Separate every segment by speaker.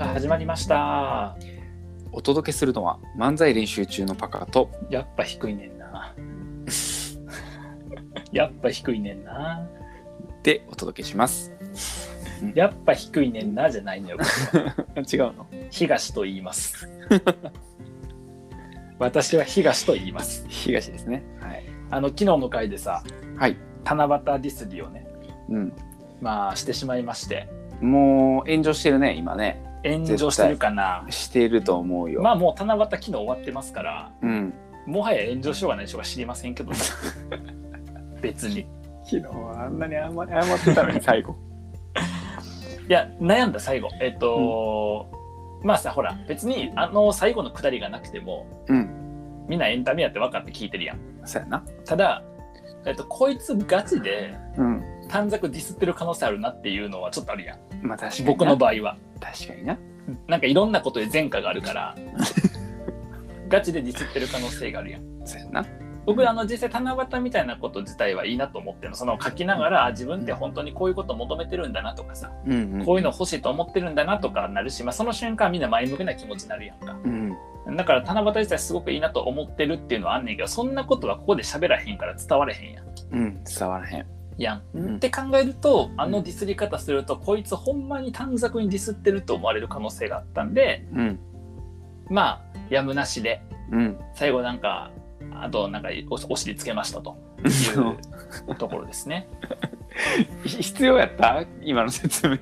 Speaker 1: 始まりました
Speaker 2: お届けするのは漫才練習中のパカと
Speaker 1: やっぱ低いねんな やっぱ低いねんな
Speaker 2: でお届けします。
Speaker 1: やっぱ低いねんなじゃないのよ
Speaker 2: 違うの
Speaker 1: 東と言います 私は東と言います
Speaker 2: 東ですね。はい。
Speaker 1: あの昨日の回でさ
Speaker 2: はい。
Speaker 1: 七夕ディスリをね
Speaker 2: うん。
Speaker 1: まあしてしまいまして
Speaker 2: もう炎上してるね、今ね。
Speaker 1: 炎上してるかな
Speaker 2: してると思うよ。
Speaker 1: まあもう七夕昨日終わってますから
Speaker 2: うん。
Speaker 1: もはや炎上しようがないでしょうが知りませんけ ど別にい
Speaker 2: 昨日あんなに謝謝ってたのに最後。
Speaker 1: や悩んだ最後えっと、まあさほら別にあの最後のくだりがなくても
Speaker 2: うん。
Speaker 1: みんなエンタメやって分かって聞いてるやん
Speaker 2: そうやな。
Speaker 1: ただ、えっと、こいつガチで
Speaker 2: うん。
Speaker 1: 短冊ディスってる可能性あるなっていうのはちょっとあるやん
Speaker 2: まあ確かにな。
Speaker 1: 僕の場合は
Speaker 2: 確かにな。
Speaker 1: なんかいろんなことで前科があるからガチでディスってる可能性があるやん
Speaker 2: そうやな。
Speaker 1: 僕あの実際七夕みたいなこと自体はいいなと思ってるのその書きながらあ自分って本当にこういうこと求めてるんだなとかさ
Speaker 2: うん、うん。
Speaker 1: こういうの欲しいと思ってるんだなとかなるし、まあ、その瞬間みんな前向きな気持ちになるやんか
Speaker 2: うん。
Speaker 1: だから七夕自体すごくいいなと思ってるっていうのはあんねんけどそんなことはここで喋らへんから伝われへんやん。
Speaker 2: うん。伝わらへん。
Speaker 1: やん
Speaker 2: うん
Speaker 1: って考えるとあのディスり方するとこいつほんまに短冊にディスってると思われる可能性があったんで
Speaker 2: うん。
Speaker 1: まあやむなしで
Speaker 2: うん。
Speaker 1: 最後なんかあとなんかおお尻つけましたというところですね。
Speaker 2: 必要やった今の説明。
Speaker 1: い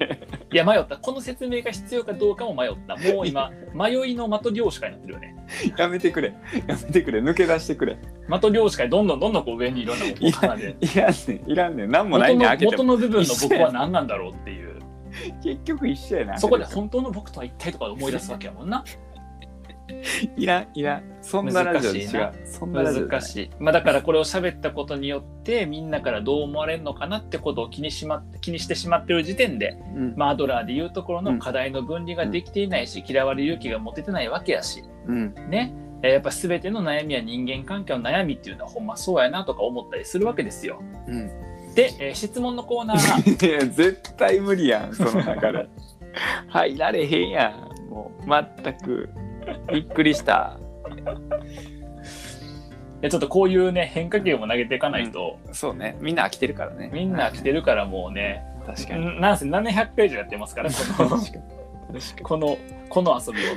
Speaker 1: や迷ったこの説明が必要かどうかも迷ったもう今迷いの的漁師会になってるよね
Speaker 2: やめてくれ。やめてくれ。抜け出してくれ。
Speaker 1: 的漁師会どんどんどんどんこう上にいろんなことを重ね
Speaker 2: いらんねん。いらんねん。なんもない
Speaker 1: 元
Speaker 2: ねん。
Speaker 1: の
Speaker 2: 開けて
Speaker 1: 元
Speaker 2: も。
Speaker 1: の部分の僕は何なんだろうっていう
Speaker 2: 結局一緒やな。
Speaker 1: そこで本当の僕とは一体とか思い出すわけやもん ない
Speaker 2: らん、いらん。そんなラジオで違う
Speaker 1: 難。
Speaker 2: そんなラジオ
Speaker 1: 難しい、まあ、だからこれを喋ったことによってみんなからどう思われるのかなってことを気にし,、ま、気にしてしまってる時点で、
Speaker 2: い。うん。
Speaker 1: まあ、アドラーでいうところの課題の分離ができていないし嫌われる勇気が持ててないわけやし
Speaker 2: うん。
Speaker 1: ね、えーやっぱ全ての悩みや人間関係の悩みっていうのはほんまそうやなとか思ったりするわけですよ。
Speaker 2: うん。
Speaker 1: で、えー質問のコーナー が
Speaker 2: いや、絶対無理やん、その中で。 入られへんやん。もう、全く。びっくりした。
Speaker 1: えちょっとこういうね変化球も投げていかないと、
Speaker 2: そうね。みんな飽きてるからね。
Speaker 1: みんな来てるからもうね、
Speaker 2: はい確かに。
Speaker 1: んなんせ700ページやってますからこ
Speaker 2: 確
Speaker 1: の
Speaker 2: かに。確かに
Speaker 1: このこの遊びを。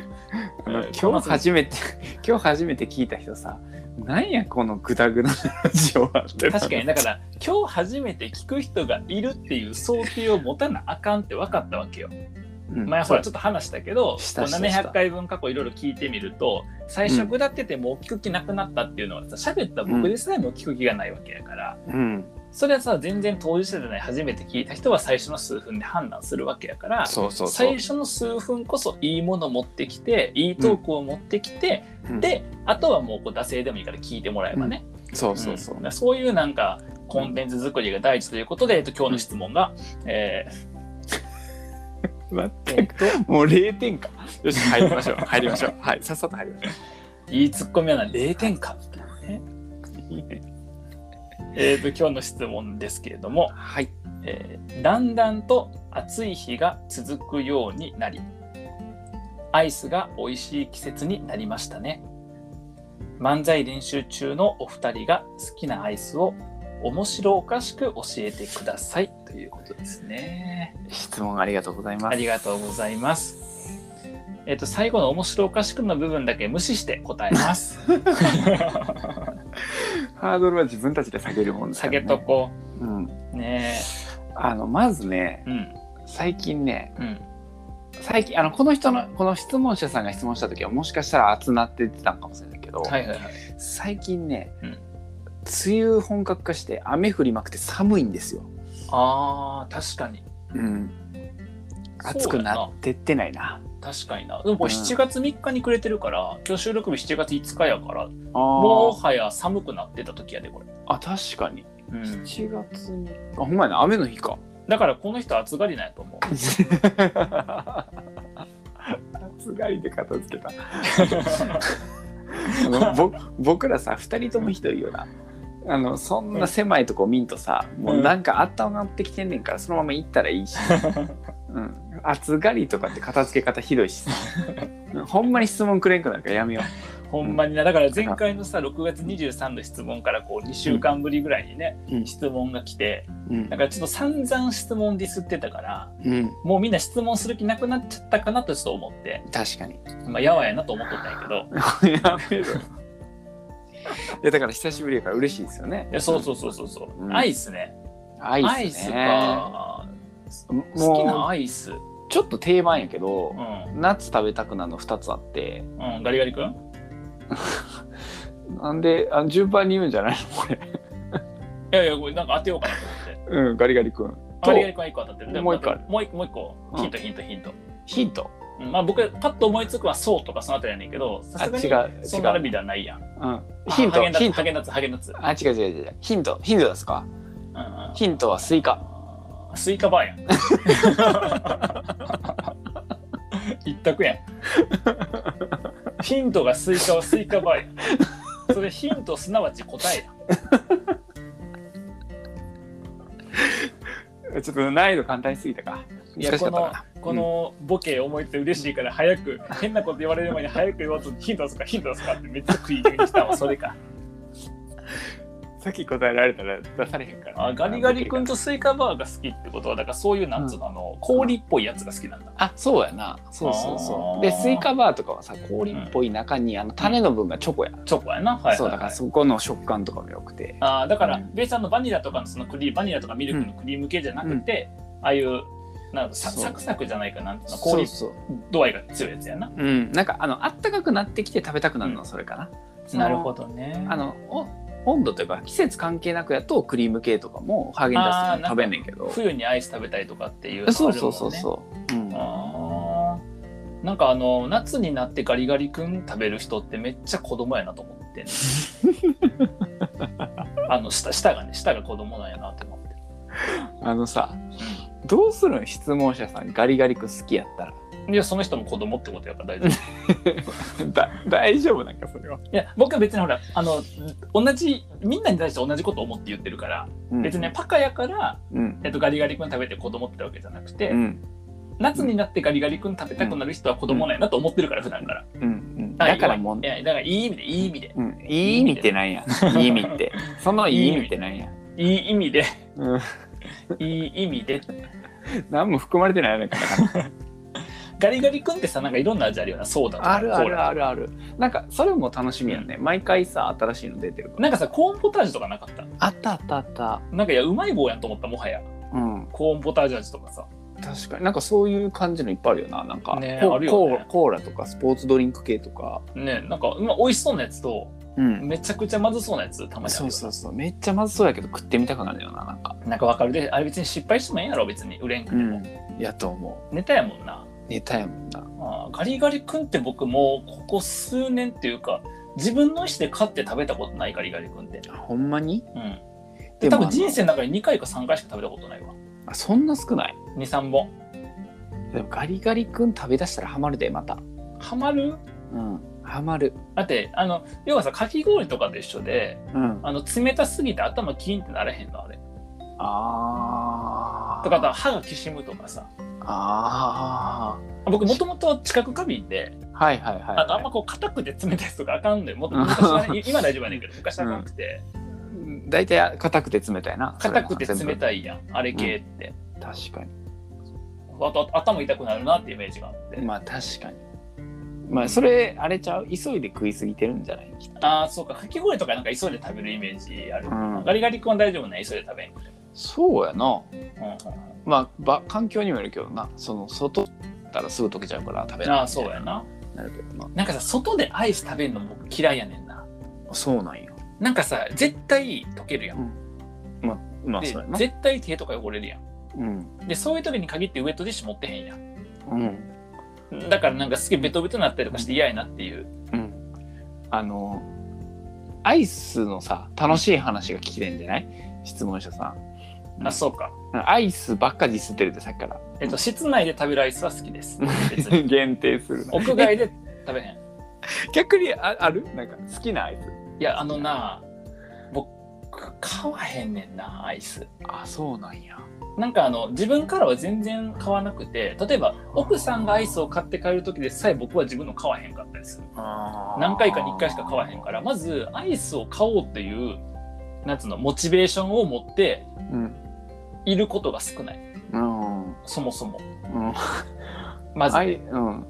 Speaker 2: あの
Speaker 1: えー
Speaker 2: 今日初めて、 今日初めて聞いた人さ、なんやこのグダグダなラジオはってなる
Speaker 1: 確かにだから今日初めて聞く人がいるっていう想定を持たなあかんって分かったわけよ。
Speaker 2: うん
Speaker 1: 前ほらちょっと話したけど
Speaker 2: した
Speaker 1: こう
Speaker 2: したした
Speaker 1: 700回分過去いろいろ聞いてみると最初下っててもう聞く気なくなったっていうのはさ喋った僕ですらもう聞く気がないわけやから
Speaker 2: うん。
Speaker 1: それはさ全然当事者じゃない初めて聞いた人は最初の数分で判断するわけやから
Speaker 2: そうそうそう。
Speaker 1: 最初の数分こそいいもの持ってきていいトークを持ってきて
Speaker 2: うん、
Speaker 1: であとはもうこう惰性でもいいから聞いてもらえばね
Speaker 2: そうそうそ
Speaker 1: ん
Speaker 2: う
Speaker 1: だか。らそういうなんかコンテンツ作りが大事ということでえっと今日の質問がえ
Speaker 2: 待っ
Speaker 1: ー
Speaker 2: て
Speaker 1: えっと
Speaker 2: もう0点か。よし、入りましょ う。入りましょう。はい、さっさと入りましょ
Speaker 1: いいツッコミはな0点かみたいなね
Speaker 2: う。いいね。
Speaker 1: えー、と今日の質問ですけれども、
Speaker 2: はい。
Speaker 1: えーだんだんと暑い日が続くようになりアイスが美味しい季節になりましたね漫才練習中のお二人が好きなアイスを面白おかしく教えてくださいということですね
Speaker 2: 質問ありがとうございます。
Speaker 1: ありがとうございますえっ、と最後の面白おかしくの部分だけ無視して答えます
Speaker 2: ハードルは自分たちで下げるもんだか
Speaker 1: 下
Speaker 2: らね
Speaker 1: げとこ
Speaker 2: うん。
Speaker 1: うね
Speaker 2: あの、まずね
Speaker 1: え、うん
Speaker 2: 最近ね、
Speaker 1: うん
Speaker 2: 最近、あの、この人の、この質問者さんが質問した時は、もしかしたら熱なって言ってたのかもしれないけど、
Speaker 1: はいはいはい
Speaker 2: 最近ね、
Speaker 1: うん
Speaker 2: 梅雨本格化して雨降りまくって寒いんですよ。
Speaker 1: あー確かに
Speaker 2: うん。暑くなってってないな。
Speaker 1: 確かになでもこれ
Speaker 2: うん
Speaker 1: 7月3日にくれてるから、今日収録日7月5日やから
Speaker 2: あ
Speaker 1: も
Speaker 2: ー
Speaker 1: はや寒くなってた時やでこれ、
Speaker 2: あ、確かに。7月に。あ、ほんまやな、雨の日か。
Speaker 1: だからこの人暑がりなんやと思 う
Speaker 2: 暑がりで片付けたあのぼ僕らさ2人ともひどいよなあのそんな狭いとこ見んとさもうなんかあったまってきてんねんからそのまま行ったらいいし、うん、暑がりとかって片付け方ひどいしさほんまに質問くれんくなるからやめよ
Speaker 1: ほんまになだから前回のさ6月23の質問からこう2週間ぶりぐらいにね、
Speaker 2: うん
Speaker 1: 質問が来て
Speaker 2: う、うん
Speaker 1: だからちょっと散々質問ディスってたから
Speaker 2: うん、
Speaker 1: もうみんな質問する気なくなっちゃったかなとちょっと思って、
Speaker 2: 確かに
Speaker 1: まあ、やわやなと思っとったんやけど
Speaker 2: やめ ろいやだから久しぶりやから嬉しいですよね
Speaker 1: いやそうそうそうそうそう、
Speaker 2: うん
Speaker 1: アイスね
Speaker 2: ア
Speaker 1: アイ
Speaker 2: イス
Speaker 1: ス
Speaker 2: ね
Speaker 1: か好きな
Speaker 2: も
Speaker 1: アイス
Speaker 2: うちょっと定番やけど
Speaker 1: う、ん、
Speaker 2: 夏食べたくなるの2つあって
Speaker 1: うん、ガリガリ君
Speaker 2: なんであ順番に言うんじゃない のこれ
Speaker 1: いやいやこれなんか当てようかなと思って
Speaker 2: うんガリガリ君と
Speaker 1: ガリガリ君は1個当たってるで
Speaker 2: もう一個ある
Speaker 1: もう一個もう一個
Speaker 2: うん
Speaker 1: ヒントヒントヒント、
Speaker 2: ヒント
Speaker 1: うんまあ僕パッと思いつくはそうとかそのあたりやねんけどさ
Speaker 2: あ
Speaker 1: すが
Speaker 2: 違
Speaker 1: に
Speaker 2: う
Speaker 1: そ
Speaker 2: 違
Speaker 1: んな
Speaker 2: う
Speaker 1: 並びではないやん
Speaker 2: うん
Speaker 1: あ
Speaker 2: ヒン
Speaker 1: ハー
Speaker 2: ト
Speaker 1: ゲンダッツ
Speaker 2: ヒント
Speaker 1: ハーゲンダッツハーゲンダッツ
Speaker 2: あ違う違う違うヒントヒントですか
Speaker 1: うんうん
Speaker 2: ヒントはスイカ
Speaker 1: あースイカバーやん一択やんヒントがスイカはスイカバーやんそれヒントすなわち答えやん
Speaker 2: ちょっと難易度簡単すぎたか
Speaker 1: いや
Speaker 2: 難しか
Speaker 1: こ
Speaker 2: った
Speaker 1: の
Speaker 2: か
Speaker 1: このボケ思いついて嬉しいから早く変なこと言われる前に早く言わずにヒント出すかヒント出すかってめっちゃ食い気味にしたわそれか
Speaker 2: なさっき答えられたら出されへんから
Speaker 1: あガリガリ君とスイカバーが好きってことはだからそういうなんつうの,、あの氷っぽいやつが好きなんだ
Speaker 2: あそうやなそうそう
Speaker 1: あ
Speaker 2: そ
Speaker 1: ー
Speaker 2: うでスイカバーとかはさ氷っぽい中にあの種の分がチョコや、
Speaker 1: チョコやなはいはいはい
Speaker 2: そうだからそこの食感とかも良くて
Speaker 1: あーだから、
Speaker 2: うん
Speaker 1: ベイさんのバニラとかのそのクリームバニラとかミルクのクリーム系じゃなくて、ああいうなんかサ
Speaker 2: そう
Speaker 1: サクサクじゃないかなんていうの
Speaker 2: そう
Speaker 1: 氷
Speaker 2: そう
Speaker 1: 度合いが強いやつやな。
Speaker 2: うんなんかあのあったかくなってきて食べたくなるのはそれかな、その
Speaker 1: どね
Speaker 2: あのお温度というか季節関係なくやとクリーム系とかもハーゲンダッツとか食べんねんけど
Speaker 1: 冬にアイス食べたりとかっていうの
Speaker 2: そう
Speaker 1: あるも
Speaker 2: そ
Speaker 1: ん
Speaker 2: う
Speaker 1: ね
Speaker 2: そうそう、うん、
Speaker 1: あーなんかあの夏になってガリガリ君食べる人ってめっちゃ子供やなと思って、 ね、あの舌舌がね舌が子供なんやなと思って。
Speaker 2: あのさどうするん質問者さんガリガリ君好きやったら
Speaker 1: いやその人も子供ってことやから大丈夫
Speaker 2: だ大丈夫なんかそれは、
Speaker 1: いや僕は別にほらあの同じみんなに対して同じこと思って言ってるから、
Speaker 2: うん、
Speaker 1: 別にねパカやから、
Speaker 2: うん
Speaker 1: えっと、ガリガリ君食べて子供ってわけじゃなくて、
Speaker 2: うん
Speaker 1: 夏になってガリガリ君食べたくなる人は子供なんやなと思ってるから普段から、
Speaker 2: うんうん
Speaker 1: あ
Speaker 2: だからもう
Speaker 1: いやいやだからいい意味でいい意味で
Speaker 2: うん、いい意味ってなんやいい意味 ってそのいい意味ってなんや、
Speaker 1: いい意味で
Speaker 2: うん、
Speaker 1: いい意味で
Speaker 2: 何も含まれてないやないか
Speaker 1: ガリガリ君ってさなんかいろんな味あるよなソーダとか
Speaker 2: あるあ
Speaker 1: コー
Speaker 2: る
Speaker 1: ラ
Speaker 2: あるあるなんかそれも楽しみやね、毎回さ新しいの出てるから
Speaker 1: なんかさコーンポタージュとかなかった
Speaker 2: あったあったあった
Speaker 1: なんかいやうまい棒やんと思ったもはや
Speaker 2: うん
Speaker 1: コーンポタージュ味とかさ
Speaker 2: 確かになんかそういう感じのいっぱいあるよななんか、
Speaker 1: ね
Speaker 2: コ
Speaker 1: あるよね
Speaker 2: コーラコーラとかスポーツドリンク系とか
Speaker 1: ねなんか、まあ、美味しそうなやつと
Speaker 2: うん
Speaker 1: めちゃくちゃまずそうなやつたまにあるよな
Speaker 2: そうそうそうめっちゃまずそうやけど食ってみたくなるよななんか
Speaker 1: なんかわかるで、あれ別に失敗してもええやろ、別に。売れんくても。
Speaker 2: やと思
Speaker 1: ネタやもんな。
Speaker 2: うネタやもんな
Speaker 1: あーガリガリ君って僕もうここ数年っていうか、自分の意思で買って食べたことないガリガリ君って。
Speaker 2: あほんまに
Speaker 1: うん。
Speaker 2: で
Speaker 1: で、
Speaker 2: も
Speaker 1: 多分人生の中に2回か3回しか食べたことないわ。
Speaker 2: あそんな少ない
Speaker 1: 2、3本。
Speaker 2: でもガリガリ君食べだしたらハマるでまた
Speaker 1: ハマる
Speaker 2: うんハマる
Speaker 1: だって、あの、要はさ、かき氷とかと一緒で、
Speaker 2: うん
Speaker 1: あの、冷たすぎて頭キーンってならへんの、あれ。
Speaker 2: あー
Speaker 1: とか、あと歯がきしむとかさ。
Speaker 2: あ
Speaker 1: 僕もともと近く過敏で、
Speaker 2: ーはいはいはいはい、
Speaker 1: あのあんまこう硬くて冷たいやつとかあかんのよ。もっと昔は ね、今大丈夫やねんけど、昔はあかんくて。
Speaker 2: 大体硬くて冷たいな
Speaker 1: 硬くて冷
Speaker 2: い
Speaker 1: たいやんあれ系って、
Speaker 2: 確か
Speaker 1: あとあ頭痛くなるなっていうイメージがあって、
Speaker 2: にまあ確かにまあそれあれちゃう急いで食いすぎてるんじゃないきっと
Speaker 1: ああそうかかき氷とかなんか急いで食べるイメージある、
Speaker 2: うん
Speaker 1: ガリガリ君は大丈夫ね急いで食べんくても、
Speaker 2: そうやな
Speaker 1: うんうん
Speaker 2: まあば環境にもよるけどなその外だったらすぐ溶けちゃうから食べ
Speaker 1: うん、
Speaker 2: ら
Speaker 1: あ
Speaker 2: れ
Speaker 1: あそうやな
Speaker 2: なるけどな
Speaker 1: なんかさ外でアイス食べるの僕嫌いやねんな
Speaker 2: そうなんよ
Speaker 1: なんかさ絶対溶けるやん、
Speaker 2: まあまあ
Speaker 1: で
Speaker 2: そうやな
Speaker 1: 絶対手とか汚れるや
Speaker 2: うん
Speaker 1: んでそういう時に限ってウエットティッシュ持ってへんやん
Speaker 2: うん
Speaker 1: だからなんかすげえベトベトになったりとかして嫌やなっていう
Speaker 2: うんあのアイスのさ楽しい話が聞きたいんじゃない質問者さん
Speaker 1: あそうか
Speaker 2: アイスばっかディスってるってさっきから
Speaker 1: えっと室内で食べるアイスは好きです別 に
Speaker 2: 限定するな
Speaker 1: 屋外で食べへん
Speaker 2: 逆にああるなんか好きなアイス
Speaker 1: いやあのな僕買わへんねんなアイス
Speaker 2: あそうなんや
Speaker 1: なんかあの自分からは全然買わなくて例えば奥さんがアイスを買って帰る時でさえ僕は自分の買わへんかったりする何回かに1回しか買わへんからまずアイスを買おうっていうなんつうのモチベーションを持って
Speaker 2: うん
Speaker 1: いることが少ない
Speaker 2: うん
Speaker 1: そもそも
Speaker 2: うん
Speaker 1: まず、
Speaker 2: あ
Speaker 1: い、
Speaker 2: いうん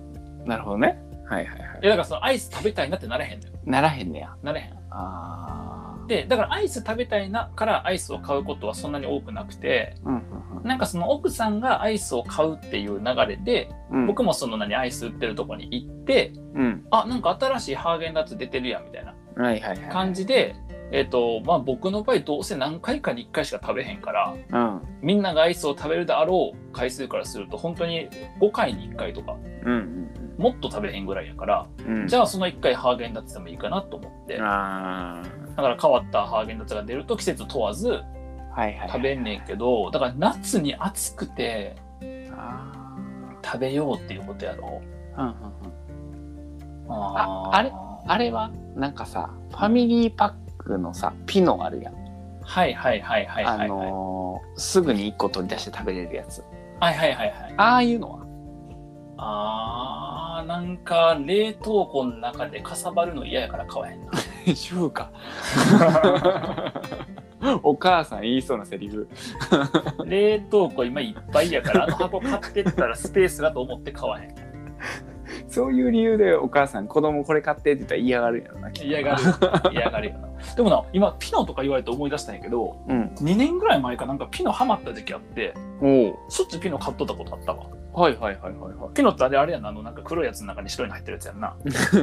Speaker 2: なるほどねはいはいはい
Speaker 1: やだからそのアイス食べたいなってなれへんのよ
Speaker 2: ならへんねや
Speaker 1: なれへん
Speaker 2: ああ
Speaker 1: でだからアイス食べたいなからアイスを買うことはそんなに多くなくて
Speaker 2: うん
Speaker 1: なんかその奥さんがアイスを買うっていう流れで
Speaker 2: うんうん
Speaker 1: 僕もその何アイス売ってるとこに行って
Speaker 2: うん
Speaker 1: あなんか新しいハーゲンダッツ出てるやんみたいな
Speaker 2: はいはいはい
Speaker 1: 感じで、えっとまあ、僕の場合どうせ何回かに1回しか食べへんから
Speaker 2: うん
Speaker 1: みんながアイスを食べるであろう回数からすると本当に5回に1回とか
Speaker 2: うん
Speaker 1: もっと食べへんぐらいやから
Speaker 2: うんうん
Speaker 1: じゃあその1回ハーゲンダッツでもいいかなと思ってだ
Speaker 2: あ
Speaker 1: から変わったハーゲンダッツが出ると季節問わず
Speaker 2: あはいはい
Speaker 1: 食べんねんけどだから夏に暑くて
Speaker 2: あ
Speaker 1: 食べようっていうことやろ
Speaker 2: ーうんうんうん
Speaker 1: あ
Speaker 2: ああれあれはなんかさファミリーパックのさピノあるやん、
Speaker 1: はいはいはいはいはいはい
Speaker 2: あのーすぐに1個取り出して食べれるやつ
Speaker 1: はいはいはいはい
Speaker 2: ああいうの は
Speaker 1: あーなんか冷凍庫の中でかさばるの嫌やから買わへんな
Speaker 2: 主婦か お母さん言いそうなセリフ
Speaker 1: 冷凍庫今いっぱいやからあの箱買ってったらスペースだと思って買わへん
Speaker 2: そういう理由でお母さん子供これ買ってって言ったら嫌がるんやろなきっと
Speaker 1: 嫌がる嫌がるよなでもな今ピノとか言われて思い出したんやけど
Speaker 2: うん
Speaker 1: 2年ぐらい前かなんかピノハマった時期あって
Speaker 2: お
Speaker 1: しょっちゅうピノ買っとったことあったわ
Speaker 2: おはいはいはいはいは
Speaker 1: ピノってあれあれやなあのなんか黒いやつの中に白いの入ってるやつやんない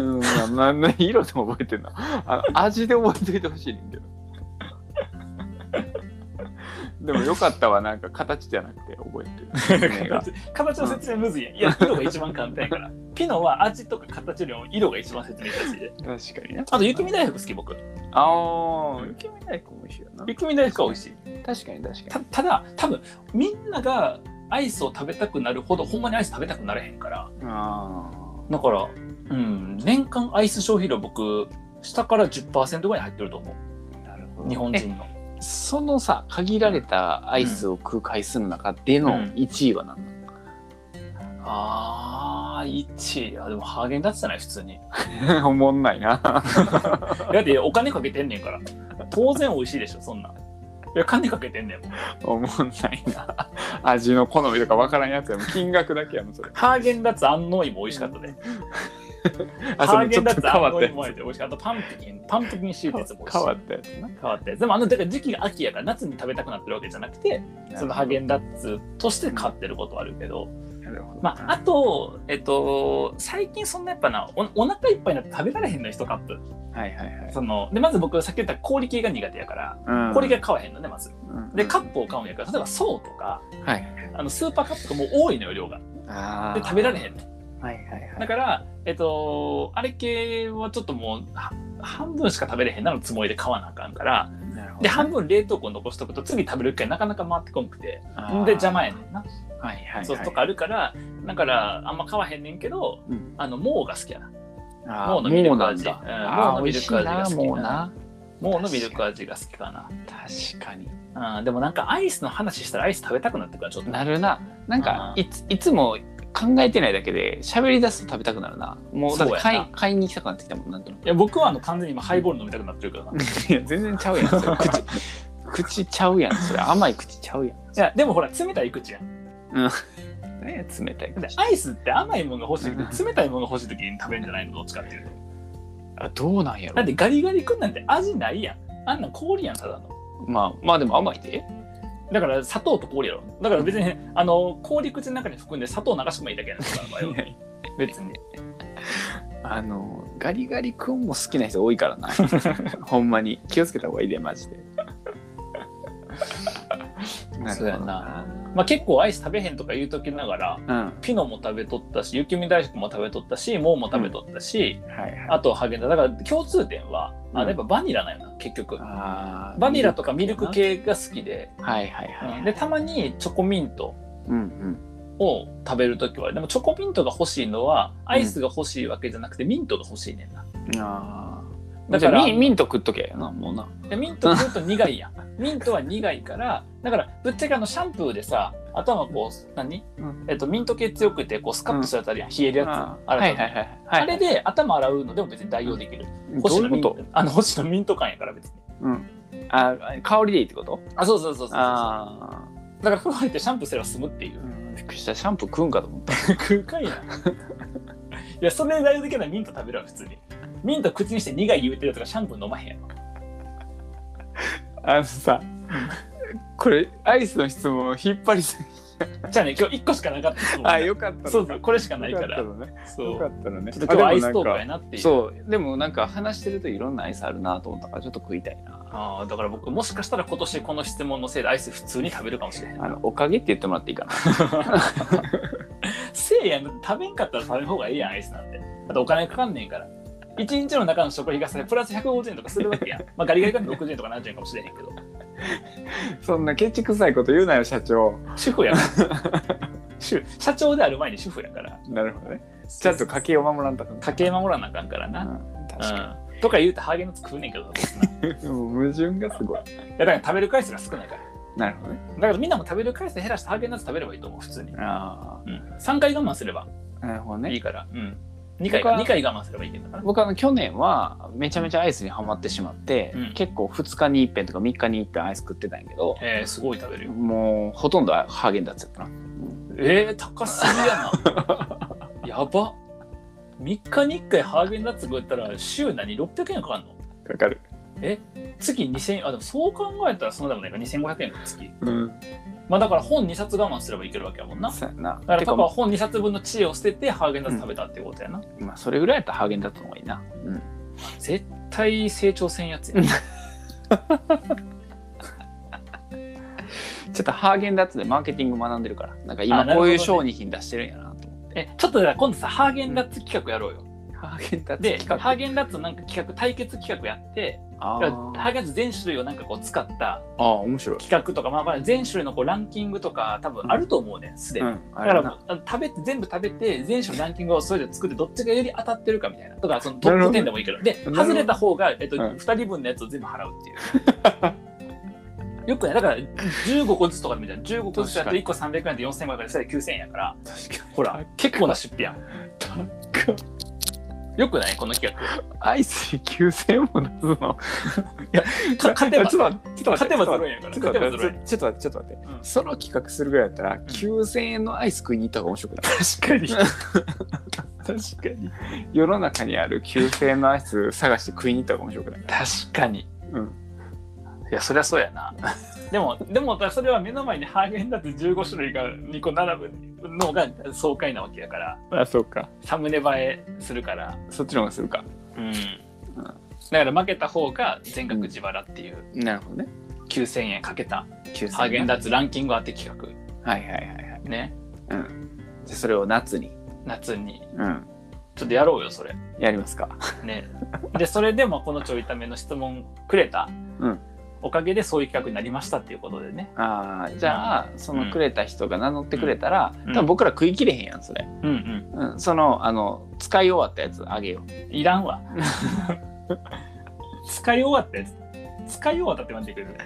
Speaker 2: うんまあ何色でも覚えてんなあの味で覚えておいてほしいねんけどでもよかったわなんか形じゃなくて覚え てる目が
Speaker 1: 形 形の説明むずいやんいや色が一番簡単やからピノは味とか形よりも色が一番説明しやすいで
Speaker 2: 確かにね
Speaker 1: あと雪見大福好き僕
Speaker 2: ああ雪見大福も美味しいよな
Speaker 1: 雪見大福は美味しい
Speaker 2: 確かに確か
Speaker 1: たただ多分みんながアイスを食べたくなるほどほんまにアイス食べたくなれへんから
Speaker 2: にあ
Speaker 1: だからうん年間アイス消費量僕下から10%ぐらい入ってると思
Speaker 2: あなるほ
Speaker 1: う日本人の
Speaker 2: そのさ限られたアイスを食う回数の中での
Speaker 1: うん
Speaker 2: 1位は何なの、
Speaker 1: あー1位あでもハーゲンダッツじゃない普通に
Speaker 2: おもんないな
Speaker 1: だってお金かけてんねんから当然美味しいでしょそんなんいや金かけてんねんもん
Speaker 2: おもんないな 味の好みとかわからんやつやもん金額だけやもんそれ
Speaker 1: ハーゲンダッツ安納芋美味しかったで、
Speaker 2: あ
Speaker 1: ハ
Speaker 2: そ
Speaker 1: ー
Speaker 2: れ
Speaker 1: ゲ
Speaker 2: ちょ
Speaker 1: ン
Speaker 2: っ
Speaker 1: ダ
Speaker 2: と
Speaker 1: ッツ安
Speaker 2: 変わ
Speaker 1: 納
Speaker 2: った
Speaker 1: 芋で美味しかったパンプキンパンプキンシールやつも美味しい
Speaker 2: 変わったやつ
Speaker 1: 変わってでもあのだから時期が秋やから夏に食べたくなってるわけじゃなくて
Speaker 2: な
Speaker 1: そのハーゲンダッツとして買ってることはあるけど、
Speaker 2: なるほど
Speaker 1: まあ、あと、えっと、最近そんなやっぱなおお腹いっぱいになって食べられへんのよ1カップ
Speaker 2: はいはいはい
Speaker 1: そのでまず僕さっき言った氷系が苦手やから
Speaker 2: うん
Speaker 1: 氷が買わへんのねまず
Speaker 2: うん
Speaker 1: でカップを買うんやから例えば層とか
Speaker 2: はい
Speaker 1: あのスーパーカップとかもう多いのよ量が
Speaker 2: あ
Speaker 1: で
Speaker 2: ー
Speaker 1: 食べられへんの
Speaker 2: はいはいは
Speaker 1: だ
Speaker 2: い
Speaker 1: からえっとあれ系はちょっともうは半分しか食べれへんなのつもりで買わなあかんから
Speaker 2: なるほど
Speaker 1: で半分冷凍庫に残しとくと次食べる機会なかなか回ってこんくて
Speaker 2: あ
Speaker 1: で
Speaker 2: ー
Speaker 1: 邪魔やねんな
Speaker 2: はいはいはい
Speaker 1: そうとかあるからだからあんま買わへんねんけど、
Speaker 2: うん
Speaker 1: あのモーが好きやな
Speaker 2: あー
Speaker 1: もうのミルク味
Speaker 2: もうな
Speaker 1: う
Speaker 2: ん
Speaker 1: ん
Speaker 2: だあ
Speaker 1: もう
Speaker 2: ー
Speaker 1: の
Speaker 2: 美
Speaker 1: ミル
Speaker 2: 味し
Speaker 1: ク味
Speaker 2: い
Speaker 1: が
Speaker 2: な
Speaker 1: 好き
Speaker 2: もうな
Speaker 1: モーのミルク味が好きか
Speaker 2: 確かに
Speaker 1: な、うん、でもなんかアイスの話したらアイス食べたくなってくるからちょっと
Speaker 2: なるななんか
Speaker 1: あー
Speaker 2: いついつも考えてないだけで喋り出すと食べたくなるなもうだって
Speaker 1: そうや
Speaker 2: 買
Speaker 1: ない
Speaker 2: 買いに行きたくなってきたもんなんとなく
Speaker 1: いや僕はあの完全に今ハイボール飲みたくなってるからない
Speaker 2: いや全然ちゃうやん それ口口ちゃうやんそれ甘い口ちゃうやん
Speaker 1: やでもほら冷たい口やん
Speaker 2: 何や冷たい
Speaker 1: で
Speaker 2: 口
Speaker 1: アイスって甘いものが欲しいけど冷たいものが欲しい時に食べるんじゃないのどっちかっていうと
Speaker 2: あどうなんや
Speaker 1: だ
Speaker 2: ろ
Speaker 1: ってガリガリくんなんて味ないやんあんなん氷やんただの
Speaker 2: まあまあでも甘いで
Speaker 1: だから砂糖と氷やろだから別にあの氷口の中に含んで砂糖流してもいい だけやねんからお前は別に
Speaker 2: あのガリガリ君も好きな人多いからな ほんまに気をつけた方がいいでマ ジでなるほど
Speaker 1: そうやまあ、結構アイス食べへんとか言うときながら
Speaker 2: うん
Speaker 1: ピノも食べとったし雪見大福も食べとったしモーも食べとったし、
Speaker 2: はいはい
Speaker 1: あとハーゲンダッツだから共通点は、あ
Speaker 2: うん
Speaker 1: やっぱバニラなんよな結局
Speaker 2: あー
Speaker 1: バニラとかミルク系が好きで、
Speaker 2: はいはいはい、
Speaker 1: でたまにチョコミント
Speaker 2: うんうん
Speaker 1: を食べるときはでもチョコミントが欲しいのはアイスが欲しいわけじゃなくてミントが欲しいねんな、
Speaker 2: あー
Speaker 1: だ
Speaker 2: だ
Speaker 1: か
Speaker 2: かららミンミント食っとけやなもうな
Speaker 1: でミントずっと苦いやん。 ミントは苦いから、だからぶっちゃけあのシャンプーでさ、頭こう、何
Speaker 2: うん
Speaker 1: えっと、ミント系強くてこうスカッとするやつあるやん、冷えるやつ。
Speaker 2: あ
Speaker 1: あ
Speaker 2: はい
Speaker 1: れ
Speaker 2: はいはいはい
Speaker 1: あれで頭洗うのでも別に代用できる。
Speaker 2: どうい
Speaker 1: の
Speaker 2: う
Speaker 1: ミ
Speaker 2: こ
Speaker 1: ン
Speaker 2: と
Speaker 1: ト、あの星野ミント感やから別に。
Speaker 2: うんあ香りでいいってこと
Speaker 1: あ、そうそうそうそうそう。だ
Speaker 2: あ
Speaker 1: から風呂入ってシャンプーすれば済むってい
Speaker 2: あ
Speaker 1: う。
Speaker 2: うんびっくりしたシャンプー食うんかと思った
Speaker 1: 空間やな。いや、それ代用できるのはミント食べるわ、普通に。ミント口にして苦い言うてるとかシャンプー飲まへんやろ。
Speaker 2: あのさこれアイスの質問を引っ張りすぎ
Speaker 1: じゃあね、今日1個しかなかったですもんね
Speaker 2: あよかった
Speaker 1: そうそう、これしかないか
Speaker 2: よからっ。たのね
Speaker 1: そ
Speaker 2: よか
Speaker 1: う。
Speaker 2: ったのね
Speaker 1: ちょっと今日アイストークや
Speaker 2: ね
Speaker 1: なっていう。
Speaker 2: そうでもなんか話してるといろんなアイスあるなと思ったからちょっと食いたいな
Speaker 1: ああだから僕もしかしたら今年この質問のせいでアイス普通に食べるかもしれへん
Speaker 2: あのおかげって言ってもらっていいかな
Speaker 1: せいやん食べんかったら食べる方がいいやんアイスなんてだってお金かかんねんから一日の中の食費がさプラス150円とかするわけやん、まあ、ガリガリガリ60円とか70円かもしれへんけど
Speaker 2: そんなケチくさいこと言うなよ社長
Speaker 1: 主婦やから主社長である前に主婦やから
Speaker 2: なるほどねちゃんと家計を守らんとあかん
Speaker 1: 家計守らなあかんから
Speaker 2: う
Speaker 1: な、
Speaker 2: ん
Speaker 1: うん
Speaker 2: 確か
Speaker 1: とか言うとハーゲンの作うねんけどい
Speaker 2: に、もう矛盾がすごい
Speaker 1: やだから食べる回数が少ないから
Speaker 2: なるほどね
Speaker 1: だからみんなも食べる回数減らしてハーゲンダッツ食べればいいと思う普通に、
Speaker 2: あ
Speaker 1: うん、3回我慢すれば
Speaker 2: あなるほど
Speaker 1: い
Speaker 2: ね
Speaker 1: いから、うん、2回
Speaker 2: 僕は
Speaker 1: 二回我慢すればいいけどな
Speaker 2: 僕あの去年はめちゃめちゃアイスにはまってしまって、
Speaker 1: うん
Speaker 2: 結構2日に1遍とか3日に1遍アイス食ってたんやけど
Speaker 1: えー、すごい食べるよ。
Speaker 2: もうほとんどハーゲンダッツやったな
Speaker 1: えー、高すぎやな。 やば。3日に1回ハーゲンダッツ食ったら週何600円かかんの
Speaker 2: かかる
Speaker 1: 月2000円、あ、でもそう考えたらそんなでもないか、2500円か月。
Speaker 2: うん
Speaker 1: まあだから本2冊我慢すればいけるわけやもんな。だ
Speaker 2: そうやな
Speaker 1: から
Speaker 2: て
Speaker 1: パ
Speaker 2: か
Speaker 1: パは本2冊分の知恵を捨ててハーゲンダッツ食べたってことやな。
Speaker 2: まあそれぐらいやったらハーゲンダッツの方がいいなうん
Speaker 1: 絶対成長せんやつやな。
Speaker 2: ちょっとハーゲンダッツでマーケティング学んでるからなんか
Speaker 1: あ
Speaker 2: 今
Speaker 1: なる
Speaker 2: こ
Speaker 1: ほど
Speaker 2: う
Speaker 1: ね
Speaker 2: いう商品出してるんやなと思って
Speaker 1: え、ちょっとだから今度さ、ハーゲンダッツ企画やろうよ。
Speaker 2: ハーゲンダッツ
Speaker 1: で、
Speaker 2: 企
Speaker 1: ハ
Speaker 2: 画
Speaker 1: ーゲンダッツのなんか企画、対決企画やって、ハ
Speaker 2: あー
Speaker 1: ーゲンダッツ全種類をなんかこう使った
Speaker 2: あー面白い
Speaker 1: 企画とか、まあ、まあ全種類のこうランキングとか多分あると思うねすでに。
Speaker 2: ん
Speaker 1: だ
Speaker 2: あ
Speaker 1: から
Speaker 2: れ
Speaker 1: も
Speaker 2: な
Speaker 1: うあの食べて全部食べて全種のランキングをそれぞれ作ってどっちがより当たってるかみたいなとかそのト
Speaker 2: なる
Speaker 1: ッ
Speaker 2: ほ
Speaker 1: プ
Speaker 2: ど
Speaker 1: 10でもいいけどで
Speaker 2: ほど
Speaker 1: 外れた方が、えっと
Speaker 2: うん
Speaker 1: 2人分のやつを全部払うって いう。よくねだから15個ずつとかでもいいじゃん15個ずつだと1個300円で4000円だからそれで9000円やから
Speaker 2: 確かに
Speaker 1: ほら結構な出費や ん。よくないこの企画。
Speaker 2: アイスに9000も出すの
Speaker 1: か勝てば
Speaker 2: ちょっと待ってちょっと
Speaker 1: 勝
Speaker 2: 待って
Speaker 1: てばゼロ円やから
Speaker 2: ちょ
Speaker 1: 勝
Speaker 2: っと
Speaker 1: て
Speaker 2: 待
Speaker 1: ば
Speaker 2: っ
Speaker 1: ゼロ円。
Speaker 2: てちょっと待ってちょっと待って、
Speaker 1: うん
Speaker 2: その企画するぐらいだったら、9000円のアイス食いに行った方が面白くない
Speaker 1: 確かに
Speaker 2: 確かに世の中にある9000円のアイス探して食いに行った方が面白くない
Speaker 1: 確かに。
Speaker 2: うん
Speaker 1: いや、そりゃそうやな。でも、でも、それは目の前にハーゲンダッツ15種類が2個並ぶのが爽快なわけやから、
Speaker 2: あそうか
Speaker 1: サムネ映えするから、
Speaker 2: そっちの方がするか
Speaker 1: うん。だから負けた方が全額自腹っていう
Speaker 2: なるほどね
Speaker 1: 9000円かけた
Speaker 2: 9000円
Speaker 1: ハーゲンダッツランキング当て企
Speaker 2: はいはいはいはい
Speaker 1: 画ね
Speaker 2: じゃあそれを夏に
Speaker 1: 夏に
Speaker 2: うん
Speaker 1: ちょっとやろうよそれ
Speaker 2: やりますか
Speaker 1: ねでそれでもこのちょいための質問くれた、
Speaker 2: うん
Speaker 1: おかげでそういう企画になりましたっていうことでね
Speaker 2: あーじゃあそのくれた人が名乗ってくれたら、
Speaker 1: うん
Speaker 2: 多分僕ら食い切れへんやんそれ、
Speaker 1: うんうん
Speaker 2: うん、そのあの使い終わったやつあげよう
Speaker 1: いらんわ。 使い終わったやつ。使い終わったって待ってくれる。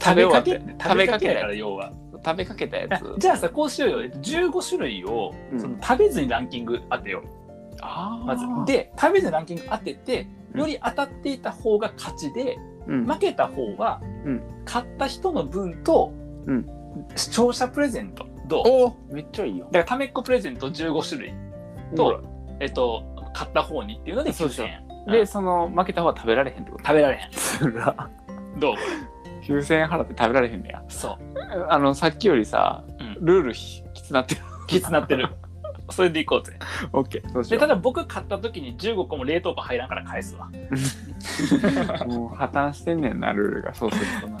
Speaker 2: 食べ終わった
Speaker 1: 食
Speaker 2: 食
Speaker 1: べ
Speaker 2: べ
Speaker 1: か
Speaker 2: か
Speaker 1: けだ
Speaker 2: けた
Speaker 1: から
Speaker 2: や
Speaker 1: 要は。
Speaker 2: つ食べかけたやつ
Speaker 1: じゃあさ、こうしようよ。15種類を、
Speaker 2: うん
Speaker 1: その食べずにランキング当てよう。
Speaker 2: あー
Speaker 1: まず。で、食べずにランキング当てて、
Speaker 2: うん
Speaker 1: より当たっていた方が勝ちで、
Speaker 2: うん
Speaker 1: 負けた方は、
Speaker 2: うん
Speaker 1: 買った人の分と、
Speaker 2: うん
Speaker 1: 視聴者プレゼント。どう
Speaker 2: おーめっちゃいいよ
Speaker 1: だからためっこプレゼント15種類と、えっと、買った方にっていうので
Speaker 2: そうそ
Speaker 1: 9000
Speaker 2: う
Speaker 1: 円。
Speaker 2: で
Speaker 1: うん
Speaker 2: その負けた方は食べられへんってこと
Speaker 1: 食べられへん。
Speaker 2: つら
Speaker 1: どう
Speaker 2: 9000円払って食べられへんねや
Speaker 1: そう。
Speaker 2: あのさっきよりさ、
Speaker 1: うん
Speaker 2: ルールひきつな ってる
Speaker 1: きつなってる。 それでいこうぜ。
Speaker 2: オッケーそうし
Speaker 1: で、
Speaker 2: よ
Speaker 1: ただ僕買った時に15個も冷凍庫入らんから返すわ。
Speaker 2: うもう破綻してんねんなルールがそうすると な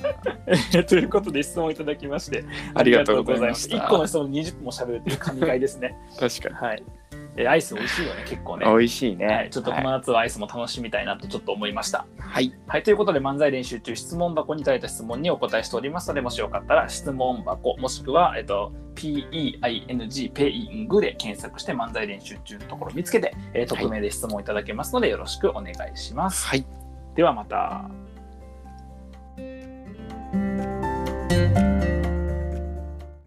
Speaker 1: ということで質問いただきまして、
Speaker 2: ありがとうございま
Speaker 1: あ
Speaker 2: し
Speaker 1: り
Speaker 2: た
Speaker 1: がとうございま1個の質問20分も喋るっていう神回ですね。
Speaker 2: 確かに
Speaker 1: はい。えーアイス美味しいよね、結構ね。
Speaker 2: 美味しいね、
Speaker 1: はい、ちょっとこの夏はアイスも楽しみたいなとちょっと思いました。
Speaker 2: はい、
Speaker 1: はい、ということで漫才練習中質問箱にいただいた質問にお答えしておりますので、もしよかったら質問箱、もしくは、えっと、PEING、ペイングで検索して漫才練習中のところを見つけて、えー匿名で質問いただけますのでよろしくお願いします。
Speaker 2: はい
Speaker 1: ではまた。